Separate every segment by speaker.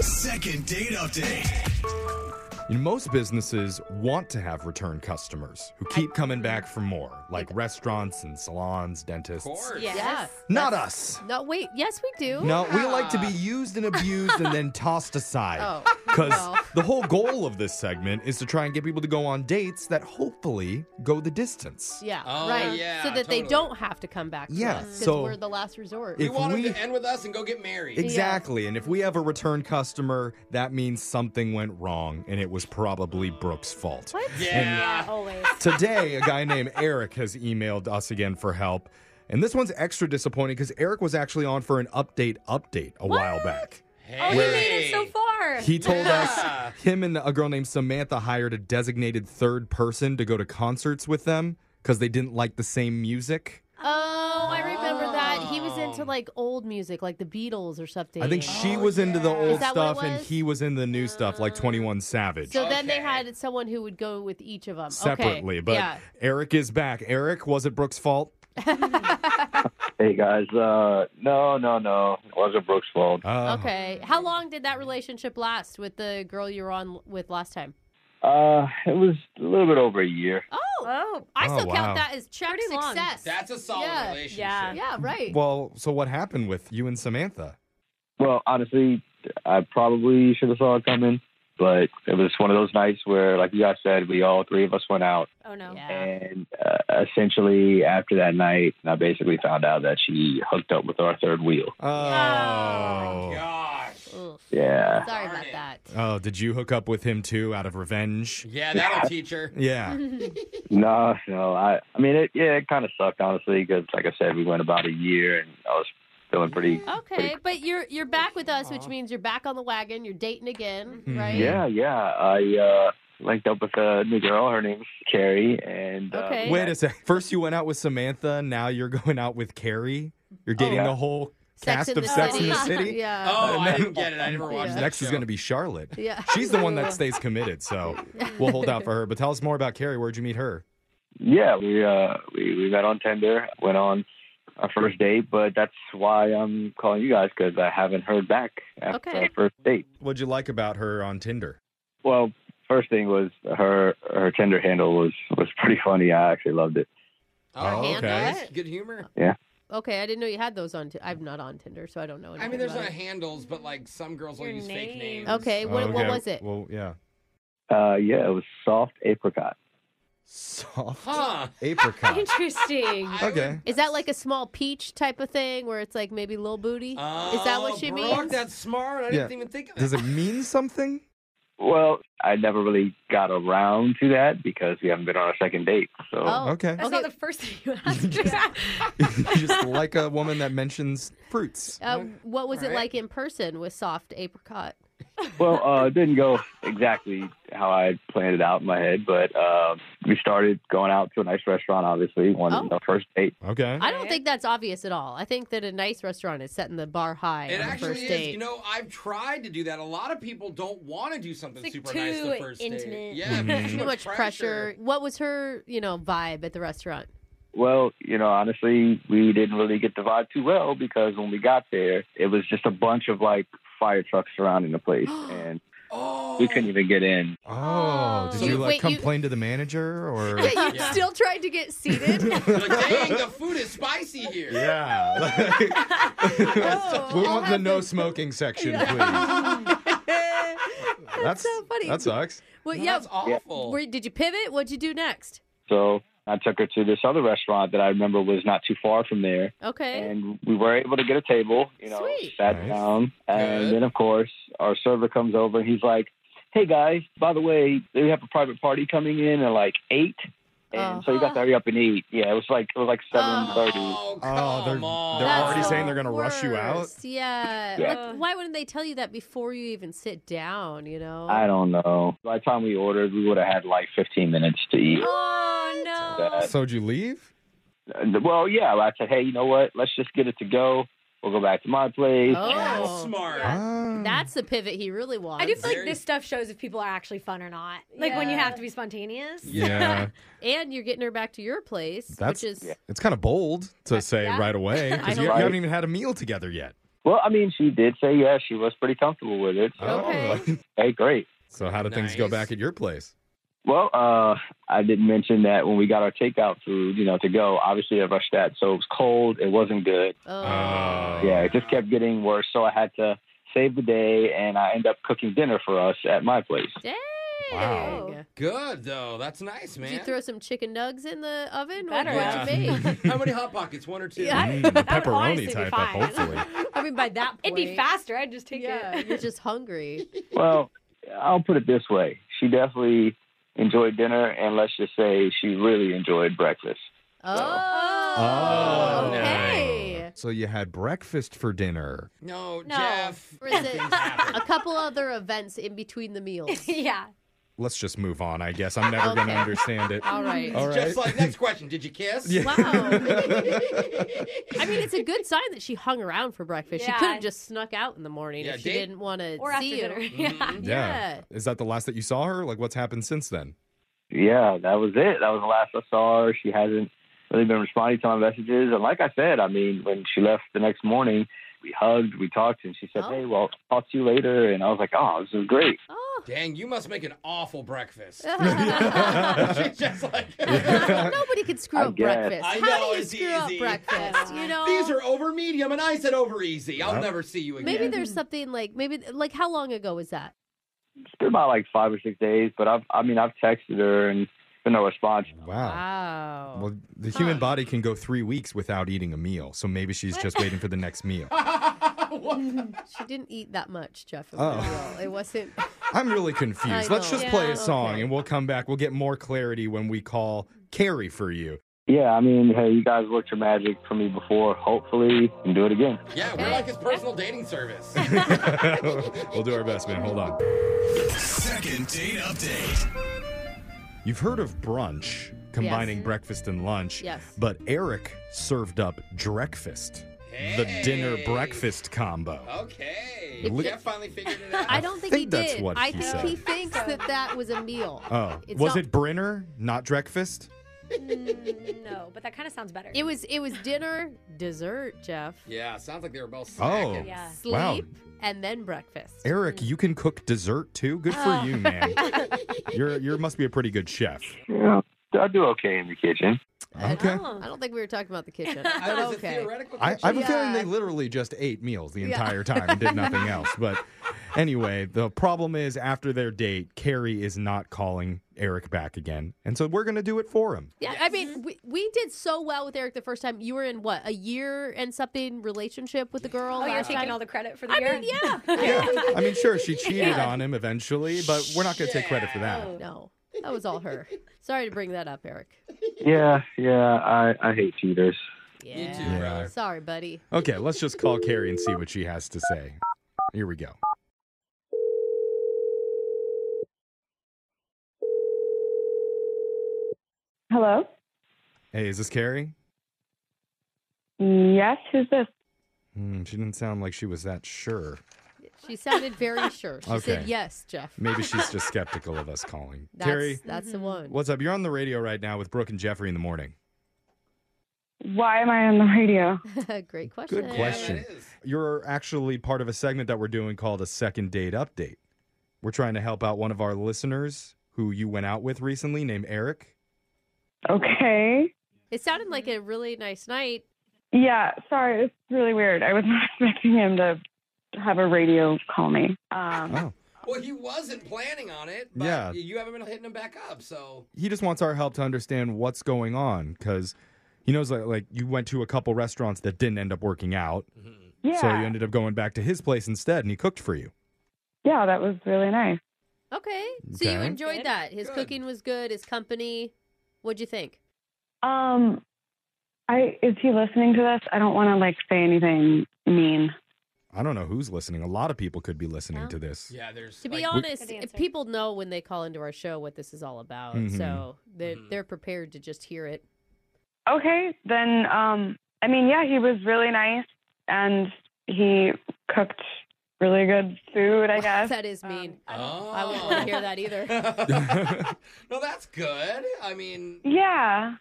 Speaker 1: Second date update.
Speaker 2: You know, most businesses want to have return customers who keep coming back for more, like restaurants and salons, dentists.
Speaker 3: Yes.
Speaker 2: Not us.
Speaker 3: No, wait. Yes, we do.
Speaker 2: No, we like to be used and abused and then tossed aside.
Speaker 3: Oh,
Speaker 2: Because
Speaker 3: no.
Speaker 2: the whole goal of this segment is to try and get people to go on dates that hopefully go the distance.
Speaker 3: Yeah.
Speaker 4: Oh,
Speaker 3: right.
Speaker 4: yeah,
Speaker 3: so that they
Speaker 4: totally.
Speaker 3: don't have to come back.
Speaker 2: Yeah,
Speaker 3: To us, 'cause
Speaker 2: so-
Speaker 3: we're the last resort.
Speaker 4: We
Speaker 2: If
Speaker 4: want
Speaker 2: we-
Speaker 4: them to end with us and go get married.
Speaker 2: Exactly. And if we have a return customer, that means something went wrong and it was probably Brooke's fault.
Speaker 3: what?
Speaker 4: Yeah.
Speaker 3: Always.
Speaker 2: Today, a guy named Eric has emailed us again for help. And this one's extra disappointing because Eric was actually on for an update update a while back.
Speaker 3: Oh, he made it so
Speaker 4: Hey.
Speaker 3: far.
Speaker 2: He told
Speaker 4: Yeah.
Speaker 2: us him and a girl named Samantha hired a designated third person to go to concerts with them because they didn't like the same music.
Speaker 3: oh, I remember that. He
Speaker 4: Oh.
Speaker 3: was into like old music, like the Beatles or something.
Speaker 2: I think she was into the old
Speaker 3: Oh, that what it
Speaker 2: stuff and
Speaker 3: was? Oh.
Speaker 2: he was in the new stuff, like 21 Savage.
Speaker 3: So then they
Speaker 4: Okay.
Speaker 3: had someone who would go with each of them
Speaker 2: separately,
Speaker 3: Okay.
Speaker 2: but
Speaker 3: yeah.
Speaker 2: Eric is back. Eric, was it Brooke's fault?
Speaker 5: Hey guys, uh, no, no, no, it wasn't Brooks' fault.
Speaker 2: Uh,
Speaker 3: Okay. How long did that relationship last with the girl you were on with last time?
Speaker 5: Uh, it was a little bit over a year.
Speaker 3: Oh,
Speaker 6: Oh,
Speaker 3: I
Speaker 2: Oh,
Speaker 3: still
Speaker 2: wow.
Speaker 3: count that as check
Speaker 6: Pretty long.
Speaker 3: success.
Speaker 4: That's a solid
Speaker 3: Yeah.
Speaker 4: relationship.
Speaker 6: Yeah.
Speaker 3: yeah, right.
Speaker 2: Well, so what happened with you and Samantha?
Speaker 5: Well, honestly, I probably should have saw it coming, but it was one of those nights where, like you guys said, we all three of us went out,
Speaker 6: oh no.
Speaker 3: yeah.
Speaker 5: and uh, essentially after that night, I basically found out that she hooked up with our third wheel.
Speaker 2: Oh.
Speaker 4: Gosh.
Speaker 3: Oof.
Speaker 5: Yeah,
Speaker 3: Sorry about
Speaker 4: Darn it.
Speaker 3: that.
Speaker 2: Oh, did you hook up with him too out of revenge?
Speaker 4: Yeah, that'll teach her.
Speaker 3: Mm-hmm.
Speaker 2: Yeah.
Speaker 5: no, no, I, I mean, it, yeah, it kind of sucked honestly because, like I said, we went about a year, and I was feeling pretty.
Speaker 3: Okay, but you're you're back with us,
Speaker 4: uh-huh.
Speaker 3: which means you're back on the wagon. You're dating again,
Speaker 4: Mm-hmm.
Speaker 2: Mhm.
Speaker 3: right?
Speaker 5: Yeah, yeah, I uh, linked up with a new girl. Her name's Carrie, and uh,
Speaker 3: Okay.
Speaker 2: Wait a sec. First you went out with Samantha, now you're going out with Carrie. You're dating
Speaker 5: yeah.
Speaker 2: the whole
Speaker 3: Sex
Speaker 2: cast
Speaker 3: in
Speaker 2: of
Speaker 3: the
Speaker 2: Sex
Speaker 3: City.
Speaker 2: in the City.
Speaker 3: yeah.
Speaker 4: Oh, I
Speaker 2: no.
Speaker 4: didn't get it. I never watched
Speaker 3: Yeah.
Speaker 4: that
Speaker 2: Next is
Speaker 4: show.
Speaker 2: going to be Charlotte.
Speaker 3: Yeah.
Speaker 2: She's the one that stays committed, so we'll hold out for her. But tell us more about Carrie. Where'd you meet her?
Speaker 5: Yeah, we uh we, we met on Tinder, went on our first date, but that's why I'm calling you guys because I haven't heard back after
Speaker 3: Okay.
Speaker 5: our first date.
Speaker 2: What'd you like about her on Tinder?
Speaker 5: Well, first thing was her her Tinder handle was was pretty funny. I actually loved it.
Speaker 2: Oh,
Speaker 4: Oh,
Speaker 2: okay.
Speaker 4: okay. Good humor.
Speaker 3: Okay, I didn't know you had those on. T- I'm not on Tinder, so I don't know.
Speaker 4: I mean,
Speaker 3: anything
Speaker 4: there's
Speaker 3: about
Speaker 4: not handles, but like some girls will
Speaker 6: Your
Speaker 4: use fake
Speaker 6: name.
Speaker 4: names.
Speaker 3: it. Okay, what,
Speaker 2: Oh,
Speaker 3: what
Speaker 2: okay.
Speaker 3: was it?
Speaker 2: Well, yeah.
Speaker 5: Uh yeah, it was soft apricot.
Speaker 2: Soft
Speaker 4: Huh.
Speaker 2: apricot.
Speaker 6: Interesting.
Speaker 4: I
Speaker 2: Okay.
Speaker 3: Is that like a small peach type of thing where it's like maybe little booty?
Speaker 4: would- Oh,
Speaker 3: Is that what she
Speaker 4: Brooke,
Speaker 3: means?
Speaker 4: That's smart. I
Speaker 2: Yeah.
Speaker 4: didn't even think of that.
Speaker 2: Does it mean something?
Speaker 5: Well, I never really got around to that because we haven't been on a second date. So
Speaker 3: Oh.
Speaker 2: Okay.
Speaker 6: That's
Speaker 3: Okay.
Speaker 6: not the first thing you asked.
Speaker 2: you just like a woman that mentions fruits.
Speaker 3: Uh, what was it
Speaker 4: Alright.
Speaker 3: like in person with soft apricot?
Speaker 5: Well, uh, it didn't go exactly how I had planned it out in my head, but uh, we started going out to a nice restaurant, obviously, on
Speaker 3: Oh.
Speaker 5: the first date.
Speaker 2: Okay.
Speaker 3: I don't
Speaker 6: Okay.
Speaker 3: think that's obvious at all. I think that a nice restaurant is setting the bar high
Speaker 4: It
Speaker 3: on the
Speaker 4: actually
Speaker 3: first
Speaker 4: is.
Speaker 3: date.
Speaker 4: You know, I've tried to do that. A lot of people don't want to do something
Speaker 6: It's, like,
Speaker 4: super nice the
Speaker 6: too
Speaker 4: first date.
Speaker 6: intimate.
Speaker 4: Yeah,
Speaker 2: Mhm.
Speaker 4: too
Speaker 3: too much pressure. What was her, you know, vibe at the restaurant?
Speaker 5: Well, you know, honestly, we didn't really get the vibe too well because when we got there, it was just a bunch of like fire trucks surrounding the place, and
Speaker 4: Oh,
Speaker 5: we couldn't even get in.
Speaker 2: Oh, did
Speaker 3: So
Speaker 2: you
Speaker 3: you-
Speaker 2: like
Speaker 3: wait, you-
Speaker 2: complain to the manager or?
Speaker 3: Yeah, you
Speaker 4: Yeah.
Speaker 3: still tried to get seated.
Speaker 4: You're like, dang, the food is spicy here.
Speaker 2: Yeah. we
Speaker 3: I'll
Speaker 2: want the
Speaker 3: have
Speaker 2: no
Speaker 3: this.
Speaker 2: smoking section, please. That's
Speaker 3: so funny.
Speaker 2: That sucks.
Speaker 3: well,
Speaker 4: No,
Speaker 3: yeah.
Speaker 4: that's awful.
Speaker 3: Where, did you pivot? What'd you do next?
Speaker 5: So I took her to this other restaurant that I remember was not too far from there,
Speaker 3: Okay.
Speaker 5: and we were able to get a table. You know,
Speaker 3: Sweet.
Speaker 5: sat
Speaker 2: Nice.
Speaker 5: down, and
Speaker 4: Good.
Speaker 5: then of course our server comes over and he's like, "Hey guys, by the way, we have a private party coming in at like eight, and
Speaker 3: Oh.
Speaker 5: so you got to hurry up and eat." Yeah, it was like it was like seven
Speaker 3: Oh.
Speaker 5: thirty.
Speaker 4: Oh, come
Speaker 2: Oh, they're-
Speaker 4: on.
Speaker 2: they're
Speaker 3: That's
Speaker 2: already
Speaker 3: the
Speaker 2: saying they're gonna rush you out?
Speaker 3: worst. Yeah.
Speaker 5: Yeah.
Speaker 3: What- why wouldn't they tell you that before you even sit down? You know.
Speaker 5: I don't know. By the time we ordered, we would have had like 15 minutes to eat.
Speaker 6: oh no.
Speaker 5: Uh,
Speaker 2: So did you leave?
Speaker 5: Well, yeah, I said, hey, you know what? Let's just get it to go. We'll go back to my place.
Speaker 4: That's
Speaker 3: Oh,
Speaker 4: smart.
Speaker 6: Yeah.
Speaker 2: Ah.
Speaker 3: that's the pivot he really wants.
Speaker 6: I do feel
Speaker 4: Very-
Speaker 6: like this stuff shows if people are actually fun or not. Like when you
Speaker 3: Yeah.
Speaker 6: have to be spontaneous.
Speaker 2: Yeah.
Speaker 3: and you're getting her back to your place,
Speaker 2: That's-
Speaker 3: which is
Speaker 5: Yeah.
Speaker 2: It's kind of bold to say
Speaker 6: Yeah.
Speaker 2: right away
Speaker 3: I
Speaker 2: because you,
Speaker 3: know.
Speaker 2: you haven't even had a meal together yet.
Speaker 5: Well, I mean, she did say yes. She was pretty comfortable with it. So,
Speaker 3: Okay.
Speaker 5: hey, great.
Speaker 2: Oh. so how did things go
Speaker 4: Nice.
Speaker 2: back at your place?
Speaker 5: Well, uh, I did mention that when we got our takeout food, you know, to go, obviously I rushed that. So it was cold. It wasn't good.
Speaker 3: Oh.
Speaker 2: Oh.
Speaker 5: Yeah, it just kept getting worse. So I had to save the day and I ended up cooking dinner for us at my place.
Speaker 3: Dang.
Speaker 2: Wow.
Speaker 4: Good though. That's nice, man.
Speaker 3: Did you throw some chicken nugs in the oven? What,
Speaker 6: Better.
Speaker 3: what'd you
Speaker 4: Yeah.
Speaker 3: make?
Speaker 4: How many hot pockets? One or two?
Speaker 6: Yeah.
Speaker 2: Mm, the
Speaker 6: That would
Speaker 2: pepperoni
Speaker 6: honestly be
Speaker 2: type,
Speaker 6: fine.
Speaker 2: hopefully.
Speaker 6: I mean, by that
Speaker 3: It'd
Speaker 6: point,
Speaker 3: be
Speaker 6: faster. I'd just take
Speaker 3: yeah, you're just hungry.
Speaker 5: Well, I'll put it this way. She definitely enjoyed dinner, and let's just say she really enjoyed breakfast.
Speaker 3: Oh.
Speaker 2: Oh,
Speaker 3: okay.
Speaker 2: So you had breakfast for dinner.
Speaker 4: No,
Speaker 6: No.
Speaker 4: Jeff.
Speaker 3: Or is it
Speaker 4: happen.
Speaker 3: a couple other events in between the meals?
Speaker 6: yeah.
Speaker 2: Let's just move on, I guess. I'm never going to
Speaker 3: Okay.
Speaker 2: understand it.
Speaker 3: All right.
Speaker 2: All right.
Speaker 4: Just like next question. Did you kiss?
Speaker 2: Yeah.
Speaker 3: Wow. I mean, it's a good sign that she hung around for breakfast.
Speaker 6: Yeah.
Speaker 3: She could have just snuck out in the morning
Speaker 4: Yeah,
Speaker 3: if she
Speaker 4: date-
Speaker 3: didn't want to
Speaker 6: Or after
Speaker 3: see
Speaker 6: dinner.
Speaker 3: you.
Speaker 6: Yeah.
Speaker 2: yeah.
Speaker 3: Yeah.
Speaker 2: Is that the last that you saw her? Like, what's happened since then?
Speaker 5: Yeah, that was it. That was the last I saw her. She hasn't really been responding to my messages. And like I said, I mean, when she left the next morning, we hugged, we talked, and she said,
Speaker 3: Oh.
Speaker 5: Hey, well, talk to you later. And I was like, Oh, this is great.
Speaker 3: Oh.
Speaker 4: Dang, you must make an awful breakfast. She's
Speaker 2: Yeah.
Speaker 4: just like,
Speaker 3: Nobody could screw
Speaker 5: I
Speaker 3: up
Speaker 5: guess.
Speaker 3: breakfast.
Speaker 4: I
Speaker 3: How
Speaker 4: know,
Speaker 3: do you
Speaker 4: it's
Speaker 3: screw up
Speaker 4: easy.
Speaker 3: breakfast? You know,
Speaker 4: these are over medium, and I said over easy. I'll
Speaker 2: Yeah.
Speaker 4: never see you again.
Speaker 3: maybe there's something like maybe like how long ago was that?
Speaker 5: It's been about like five or six days, but I've, I mean, I've texted her and been no response.
Speaker 2: Wow.
Speaker 3: Wow.
Speaker 2: Well, the human body can go three weeks without eating a meal. So maybe she's just waiting for the next meal.
Speaker 4: What?
Speaker 3: she didn't eat that much, Jeff. It,
Speaker 2: Oh.
Speaker 3: was real. it wasn't.
Speaker 2: I'm really confused.
Speaker 3: I
Speaker 2: Let's
Speaker 3: know.
Speaker 2: just play
Speaker 6: Yeah,
Speaker 2: a song
Speaker 3: okay.
Speaker 2: and we'll come back. We'll get more clarity when we call Carrie for you.
Speaker 5: Yeah, I mean, hey, you guys worked your magic for me before. Hopefully, you can do it again.
Speaker 4: Yeah, we're like his personal dating service.
Speaker 2: we'll do our best, man. Hold on.
Speaker 1: Second date update.
Speaker 2: You've heard of brunch combining
Speaker 3: Yes.
Speaker 2: breakfast and lunch.
Speaker 3: Yes.
Speaker 2: But Eric served up drekfast, the dinner
Speaker 4: Hey.
Speaker 2: breakfast combo.
Speaker 4: Okay.
Speaker 2: Look-
Speaker 4: Jeff finally figured it out.
Speaker 3: I don't think he
Speaker 2: think that's
Speaker 3: did.
Speaker 2: what
Speaker 3: I
Speaker 2: he
Speaker 3: think
Speaker 2: said.
Speaker 3: he thinks that that was a meal.
Speaker 2: Oh,
Speaker 3: Uh, It's
Speaker 2: was
Speaker 3: not-
Speaker 2: it Brenner, not drekfast?
Speaker 6: Mm, No, but that kind of sounds better.
Speaker 3: It was it was dinner, dessert, Jeff,
Speaker 4: Yeah, sounds like they were both
Speaker 2: Oh.
Speaker 4: snacking.
Speaker 6: Yeah.
Speaker 3: sleep,
Speaker 2: Wow.
Speaker 3: and then breakfast.
Speaker 2: Eric, you can cook dessert too. Good for
Speaker 3: Oh.
Speaker 2: you, man. You're you must be a pretty good chef.
Speaker 5: Yeah, I do okay in the kitchen.
Speaker 2: Okay.
Speaker 6: Oh.
Speaker 3: I don't think we were talking about the kitchen.
Speaker 4: I
Speaker 3: but
Speaker 4: was a
Speaker 3: okay.
Speaker 4: theoretical
Speaker 2: I, I have a
Speaker 3: Yeah.
Speaker 2: feeling they literally just ate meals the
Speaker 3: Yeah.
Speaker 2: entire time and did nothing else. But anyway, the problem is after their date, Carrie is not calling Eric back again. And so we're going to do it for him.
Speaker 3: Yeah, I mean, we, we did so well with Eric the first time. You were in what a year and something relationship with the girl.
Speaker 6: Oh, you're
Speaker 3: last
Speaker 6: taking
Speaker 3: time?
Speaker 6: all the credit for the
Speaker 3: I
Speaker 6: year?
Speaker 3: mean, yeah.
Speaker 2: I mean, sure, she cheated on him eventually, but we're not going to take credit for that.
Speaker 3: No, that was all her. Sorry to bring that up, Eric.
Speaker 5: Yeah, yeah, I, I hate cheaters.
Speaker 3: Yeah.
Speaker 4: You too, brother.
Speaker 3: Sorry, buddy.
Speaker 2: Okay, let's just call Carrie and see what she has to say. Here we go.
Speaker 7: Hello?
Speaker 2: Hey, is this Carrie?
Speaker 7: Yes, who's this?
Speaker 2: Hmm, she didn't sound like she was that sure.
Speaker 3: She sounded very sure. She
Speaker 2: Okay.
Speaker 3: said yes, Jeff.
Speaker 2: Maybe she's just skeptical of us calling.
Speaker 3: That's,
Speaker 2: Carrie,
Speaker 3: that's the one.
Speaker 2: what's up? You're on the radio right now with Brooke and Jeffrey in the morning.
Speaker 7: Why am I on the radio?
Speaker 3: Great question.
Speaker 2: Good
Speaker 4: Yeah,
Speaker 2: question.
Speaker 4: that is.
Speaker 2: You're actually part of a segment that we're doing called a second date update. We're trying to help out one of our listeners who you went out with recently named Eric.
Speaker 7: Okay.
Speaker 3: It sounded like a really nice night.
Speaker 7: Yeah, sorry, it's really weird. I was not expecting him to have a radio call me. Um,
Speaker 2: Oh.
Speaker 4: Well, he wasn't planning on it, but
Speaker 2: Yeah.
Speaker 4: you haven't been hitting him back up, so
Speaker 2: He just wants our help to understand what's going on because he knows like, like you went to a couple restaurants that didn't end up working out.
Speaker 7: yeah,
Speaker 2: Oh, So you ended up going back to his place instead and he cooked for you.
Speaker 7: yeah, that was really nice.
Speaker 3: Okay. So you
Speaker 2: Okay.
Speaker 3: enjoyed
Speaker 6: Good.
Speaker 3: that. His
Speaker 4: Good.
Speaker 3: cooking was good. His company. What'd you think?
Speaker 7: Um, I is he listening to this? I don't want to like say anything mean.
Speaker 2: I don't know who's listening. A lot of people could be listening to this.
Speaker 4: yeah, there's
Speaker 3: To
Speaker 4: like,
Speaker 3: be honest,
Speaker 6: Good answer.
Speaker 3: people know when they call into our show what this is all about.
Speaker 2: Mhm.
Speaker 3: So they're,
Speaker 4: Mhm.
Speaker 3: they're prepared to just hear it.
Speaker 7: Okay, then um, I mean, yeah, he was really nice and he cooked really good food. I guess
Speaker 3: that is mean.
Speaker 7: Um,
Speaker 4: Oh.
Speaker 3: I wouldn't want to hear that either.
Speaker 4: no, that's good. I mean,
Speaker 7: Yeah.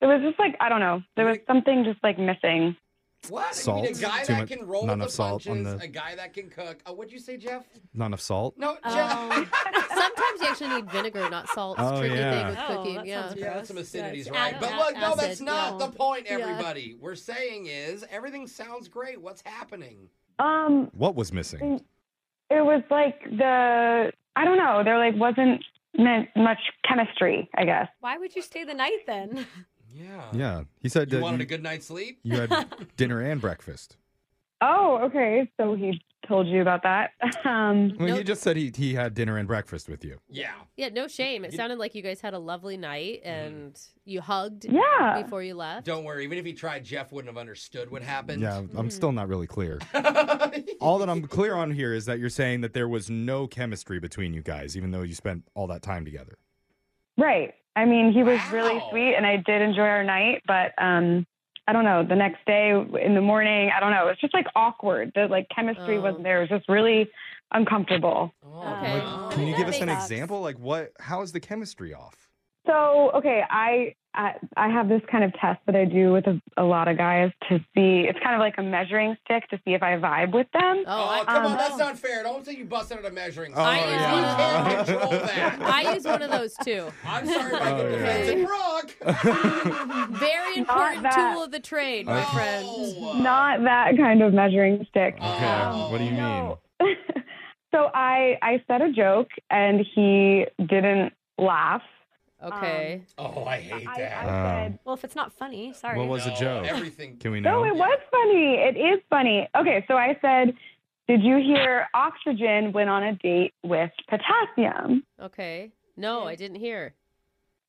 Speaker 7: It was just like I don't know. There was something just like missing.
Speaker 4: What?
Speaker 2: Salt.
Speaker 4: I mean, a guy
Speaker 2: Too
Speaker 4: that
Speaker 2: much-
Speaker 4: can roll
Speaker 2: not
Speaker 4: with the
Speaker 2: enough salt
Speaker 4: punches,
Speaker 2: on the-
Speaker 4: a guy that can cook. Oh, what'd you say, Jeff?
Speaker 2: Not enough salt.
Speaker 4: No, Jeff.
Speaker 6: Oh.
Speaker 3: Um, sometimes you actually need vinegar, not salt. It's a
Speaker 2: Oh,
Speaker 3: tricky
Speaker 2: yeah.
Speaker 3: thing with
Speaker 6: Oh,
Speaker 3: cooking.
Speaker 6: that
Speaker 3: Yeah.
Speaker 6: sounds
Speaker 4: Yeah, that's
Speaker 6: gross.
Speaker 4: some acidities,
Speaker 6: Yeah,
Speaker 4: right?
Speaker 6: it's
Speaker 4: But
Speaker 6: acid,
Speaker 4: look, no,
Speaker 3: acid,
Speaker 4: that's not
Speaker 3: yeah.
Speaker 4: the point,
Speaker 3: Yeah.
Speaker 4: everybody. We're saying is everything sounds great. What's happening?
Speaker 7: Um,
Speaker 2: What was missing?
Speaker 7: it was like the I don't know. There like wasn't meant much chemistry, I guess.
Speaker 6: Why would you stay the night then?
Speaker 4: Yeah.
Speaker 2: Yeah. He said
Speaker 4: You
Speaker 2: that
Speaker 4: wanted
Speaker 2: you,
Speaker 4: a good night's sleep?
Speaker 2: you had dinner and breakfast.
Speaker 7: Oh, okay. So he told you about that. Um,
Speaker 2: Well, he
Speaker 3: Nope.
Speaker 2: just said he, he had dinner and breakfast with you.
Speaker 4: Yeah.
Speaker 3: Yeah, no shame. It sounded like you guys had a lovely
Speaker 2: Mm.
Speaker 3: night and you hugged
Speaker 7: yeah.
Speaker 3: before you left.
Speaker 4: Don't worry. Even if he tried, Jeff wouldn't have understood what happened.
Speaker 2: Yeah, I'm still not really clear.
Speaker 4: Yeah.
Speaker 2: All that I'm clear on here is that you're saying that there was no chemistry between you guys, even though you spent all that time together.
Speaker 7: Right. I mean, he was really
Speaker 4: Wow.
Speaker 7: sweet, and I did enjoy our night. But um, I don't know. The next day in the morning, I don't know. It was just like awkward. The like chemistry
Speaker 3: Oh.
Speaker 7: wasn't there. It was just really uncomfortable.
Speaker 4: Oh.
Speaker 3: Okay.
Speaker 4: wow.
Speaker 2: Can you
Speaker 6: that
Speaker 2: give us an
Speaker 6: makes-
Speaker 2: example? Like, what? How is the chemistry off?
Speaker 7: So okay, I, I I have this kind of test that I do with a, a lot of guys to see. It's kind of like a measuring stick to see if I vibe with them.
Speaker 3: Oh,
Speaker 4: Oh,
Speaker 3: I,
Speaker 4: come on,
Speaker 7: um,
Speaker 4: that's not fair. Don't say you busted out a measuring stick.
Speaker 2: Oh,
Speaker 3: I use one of yeah.
Speaker 4: You can't control that.
Speaker 3: I use one of those too.
Speaker 4: I'm sorry, Mike.
Speaker 2: Oh,
Speaker 4: Oh,
Speaker 2: yeah.
Speaker 4: defensive Brooke.
Speaker 3: Very
Speaker 7: Not
Speaker 3: important
Speaker 7: that.
Speaker 3: tool of the trade, my
Speaker 2: Okay.
Speaker 3: friend.
Speaker 4: No.
Speaker 7: Not that kind of measuring stick.
Speaker 2: Okay.
Speaker 4: Um,
Speaker 2: what do you mean?
Speaker 7: so I I said a joke and he didn't laugh.
Speaker 3: Okay.
Speaker 4: Oh, I hate
Speaker 7: I,
Speaker 4: that.
Speaker 7: I
Speaker 2: Um,
Speaker 7: said,
Speaker 6: Well, if it's not funny, sorry.
Speaker 2: What was the
Speaker 4: No,
Speaker 2: joke?
Speaker 4: Everything.
Speaker 2: Can we know?
Speaker 7: no, it was funny. It is funny. Okay, so I said, did you hear oxygen went on a date with potassium?
Speaker 3: okay. No, I didn't hear.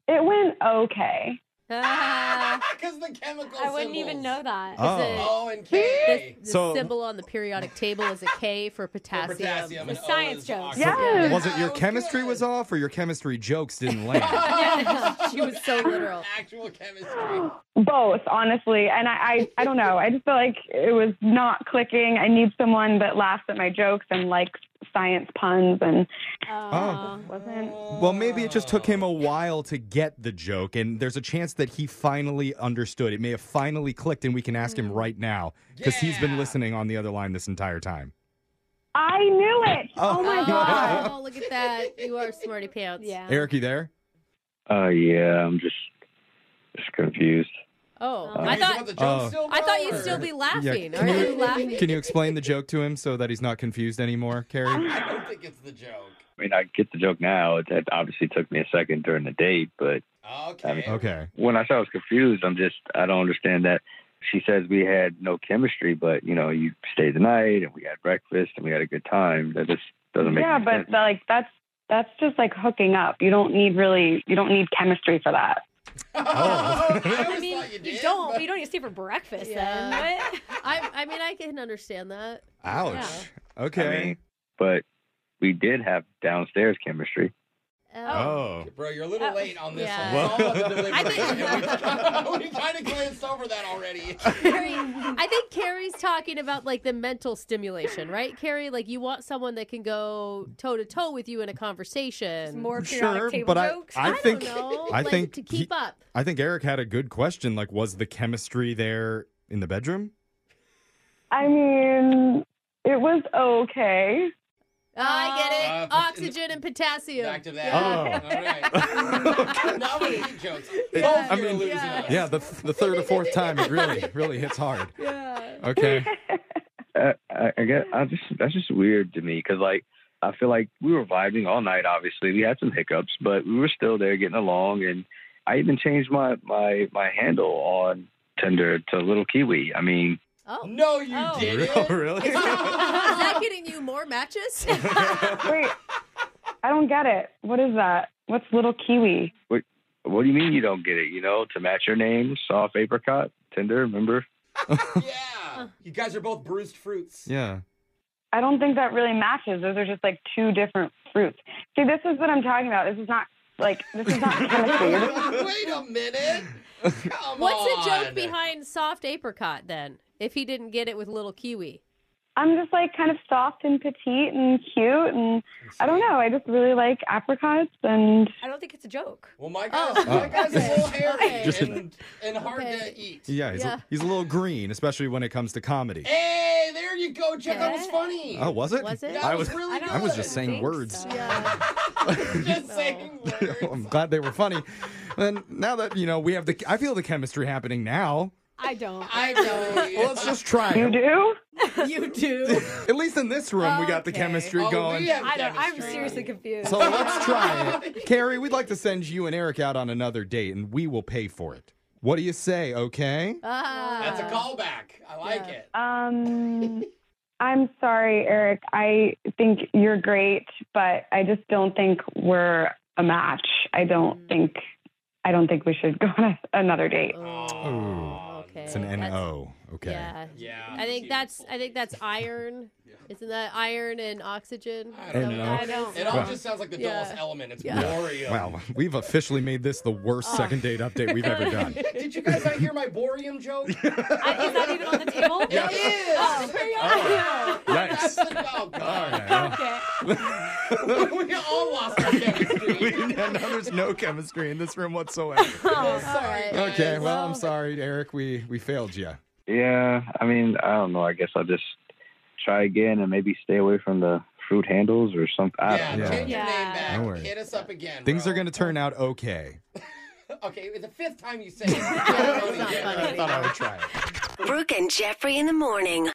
Speaker 7: It went okay.
Speaker 3: Ah,
Speaker 4: Because the chemical.
Speaker 6: I wouldn't even
Speaker 4: symbols.
Speaker 6: know that.
Speaker 2: Oh.
Speaker 4: O and K.
Speaker 3: the
Speaker 2: So-
Speaker 3: symbol on the periodic table is a K
Speaker 4: For
Speaker 3: for potassium.
Speaker 4: potassium
Speaker 6: The
Speaker 4: and O
Speaker 6: science
Speaker 4: is
Speaker 6: jokes.
Speaker 4: oxygen.
Speaker 7: Yes.
Speaker 2: was it
Speaker 4: Yeah,
Speaker 2: your
Speaker 4: that
Speaker 2: chemistry
Speaker 4: good.
Speaker 2: was off, or your chemistry jokes didn't land?
Speaker 3: she was so literal.
Speaker 4: Actual chemistry.
Speaker 7: Both, honestly. And I, I, I don't know. I just felt like it was not clicking. I need someone that laughs at my jokes and likes science puns and
Speaker 6: Oh.
Speaker 7: wasn't.
Speaker 2: Well, maybe it just took him a while to get the joke, and there's a chance that he finally understood. It may have finally clicked, and we can ask him right now because he's been
Speaker 4: Yeah.
Speaker 2: listening on the other line this entire time.
Speaker 7: I knew it. Oh, my
Speaker 3: oh,
Speaker 7: God.
Speaker 3: Oh, look at that. You are smarty pants.
Speaker 6: Yeah.
Speaker 2: Eric, you there?
Speaker 5: Oh yeah, I'm just just confused.
Speaker 3: Oh,
Speaker 6: Oh.
Speaker 3: I
Speaker 4: Confused
Speaker 3: thought
Speaker 4: about the joke
Speaker 2: Oh.
Speaker 4: still,
Speaker 3: I thought
Speaker 4: bro,
Speaker 3: you'd
Speaker 4: or-
Speaker 3: still be laughing.
Speaker 2: Yeah,
Speaker 3: Are
Speaker 2: can
Speaker 3: you
Speaker 2: you-
Speaker 3: laughing?
Speaker 2: Can you explain the joke to him so that he's not confused anymore, Carrie?
Speaker 4: I don't think it's the joke.
Speaker 5: I mean, I get the joke now. It, it obviously took me a second during the date, but
Speaker 4: Okay.
Speaker 2: Okay.
Speaker 5: when I said I was confused, I'm just I don't understand that. She says we had no chemistry, but you know, you stayed the night and we had breakfast and we had a good time. That just doesn't make
Speaker 7: yeah,
Speaker 5: any
Speaker 7: but
Speaker 5: sense.
Speaker 7: like that's that's just like hooking up. You don't need really you don't need chemistry for that.
Speaker 2: Oh.
Speaker 4: I always
Speaker 6: I mean,
Speaker 4: thought you,
Speaker 6: you,
Speaker 4: did,
Speaker 6: don't.
Speaker 4: but-
Speaker 6: You don't get to stay for breakfast
Speaker 3: Yeah.
Speaker 6: then. What?
Speaker 3: I, I mean, I can understand that.
Speaker 2: Ouch. Okay.
Speaker 5: I mean, but we did have downstairs chemistry.
Speaker 2: oh.
Speaker 4: Bro, you're a little
Speaker 6: Oh.
Speaker 4: late on this
Speaker 3: Yeah.
Speaker 4: one. It's all about the
Speaker 3: I
Speaker 4: delivery.
Speaker 3: think-
Speaker 4: we kind of glanced over that already.
Speaker 3: Carrie, I think Carrie's talking about like the mental stimulation, right? Carrie, like you want someone that can go toe to toe with you in a conversation.
Speaker 6: More periodic
Speaker 2: Sure,
Speaker 6: table
Speaker 2: but I,
Speaker 6: jokes.
Speaker 2: I
Speaker 3: don't
Speaker 2: think
Speaker 3: know,
Speaker 2: I
Speaker 3: like,
Speaker 2: think
Speaker 3: to keep
Speaker 2: he-
Speaker 3: up.
Speaker 2: I think Eric had a good question. Like, was the chemistry there in the bedroom?
Speaker 7: I mean, it was okay.
Speaker 3: Oh, I get it.
Speaker 4: Uh,
Speaker 3: Oxygen and potassium.
Speaker 4: Back to that.
Speaker 2: Yeah.
Speaker 4: All right. now we're eating jokes. Both
Speaker 3: Yeah.
Speaker 2: I
Speaker 4: you're
Speaker 2: mean,
Speaker 4: losing
Speaker 3: yeah.
Speaker 4: us.
Speaker 2: Yeah, the the third or fourth time it really really hits hard.
Speaker 3: Yeah.
Speaker 2: Okay.
Speaker 5: I, I, I guess I just that's just weird to me because like I feel like we were vibing all night. Obviously, we had some hiccups, but we were still there getting along. And I even changed my my my handle on Tinder to Little Kiwi. I mean,
Speaker 3: Oh.
Speaker 4: No, you
Speaker 6: Oh.
Speaker 4: didn't.
Speaker 2: Real- really?
Speaker 3: Is that getting you more matches?
Speaker 7: Wait, I don't get it. What is that? What's little kiwi?
Speaker 5: what do you mean you don't get it? You know, to match your name, soft apricot Tinder. Remember?
Speaker 4: Yeah. You guys are both bruised fruits.
Speaker 2: Yeah.
Speaker 7: I don't think that really matches. Those are just like two different fruits. See, this is what I'm talking about. This is not like this is not chemistry. You're just-
Speaker 4: Wait a minute. Come
Speaker 3: What's the
Speaker 4: on.
Speaker 3: joke behind soft apricot then? If he didn't get it with little kiwi.
Speaker 7: I'm just like kind of soft and petite and cute, and I don't know. I just really like apricots, and
Speaker 6: I don't think it's a joke.
Speaker 4: Well, my
Speaker 3: Oh,
Speaker 4: guy's, my guy's
Speaker 3: okay.
Speaker 4: a little hairy
Speaker 3: Okay.
Speaker 2: Just-
Speaker 4: and, and hard
Speaker 3: Okay.
Speaker 4: to eat.
Speaker 2: Yeah, he's,
Speaker 3: Yeah.
Speaker 2: A, he's a little green, especially when it comes to comedy.
Speaker 4: Hey, there you go. Check out what's funny.
Speaker 2: Oh, was it?
Speaker 3: Was it?
Speaker 4: That
Speaker 2: I
Speaker 4: was
Speaker 2: was.
Speaker 4: really
Speaker 6: don't
Speaker 2: I was just
Speaker 6: think
Speaker 2: saying words.
Speaker 6: so.
Speaker 3: Yeah.
Speaker 4: Just saying words.
Speaker 2: Oh, I'm glad they were funny. And now that you know, we have the. I feel the chemistry happening now.
Speaker 6: I don't.
Speaker 4: I know.
Speaker 2: Well, let's just try
Speaker 7: you
Speaker 2: it.
Speaker 7: do.
Speaker 3: you do.
Speaker 2: At least in this room, we got the
Speaker 3: Okay.
Speaker 2: chemistry
Speaker 4: Oh,
Speaker 2: going.
Speaker 4: we have
Speaker 6: I don't. I'm
Speaker 4: chemistry.
Speaker 6: seriously confused.
Speaker 2: So let's try it. Carrie, we'd like to send you and Eric out on another date, and we will pay for it. What do you say? Okay.
Speaker 3: Ah.
Speaker 4: That's a callback. I like
Speaker 3: Yeah.
Speaker 4: it.
Speaker 7: Um, I'm sorry, Eric. I think you're great, but I just don't think we're a match. I don't think. I don't think we should go on a, another date.
Speaker 4: Oh,
Speaker 3: okay.
Speaker 2: It's an
Speaker 3: That's-
Speaker 2: NO. Okay.
Speaker 3: Yeah.
Speaker 4: Yeah.
Speaker 3: I think that's I think that's iron. Isn't that iron and oxygen?
Speaker 4: I don't
Speaker 3: Is that
Speaker 2: know.
Speaker 3: what
Speaker 6: I
Speaker 3: that
Speaker 6: don't.
Speaker 3: is?
Speaker 4: It
Speaker 2: Oh.
Speaker 4: all
Speaker 2: uh, Well-
Speaker 4: just sounds like the
Speaker 3: Yeah.
Speaker 4: dullest element. It's
Speaker 3: Yeah.
Speaker 4: boring.
Speaker 2: Wow, we've officially made this the
Speaker 3: Oh.
Speaker 2: worst second date update we've ever done.
Speaker 4: Did you guys not hear my borium joke?
Speaker 6: I, is that even on the table?
Speaker 4: It is. That's
Speaker 2: Yikes.
Speaker 4: the- oh,
Speaker 2: All
Speaker 4: God.
Speaker 2: right, well,
Speaker 6: Okay.
Speaker 4: we all lost our chemistry.
Speaker 2: we- now there's no chemistry in this room whatsoever.
Speaker 4: Sorry.
Speaker 3: All
Speaker 4: guys.
Speaker 2: Okay, well, I'm sorry, Eric. We we failed you.
Speaker 5: Yeah, I mean, I don't know. I guess I'll just try again and maybe stay away from the fruit handles or something. I
Speaker 4: Yeah,
Speaker 5: don't know.
Speaker 4: change your
Speaker 6: Yeah.
Speaker 4: name
Speaker 2: Don't
Speaker 4: back.
Speaker 2: worry.
Speaker 4: Hit us up again.
Speaker 2: Things
Speaker 4: bro.
Speaker 2: are going to turn out okay.
Speaker 4: Okay, the fifth time you say it.
Speaker 3: It's not funny.
Speaker 2: I thought I would try it.
Speaker 8: Brooke and Jeffrey in the morning.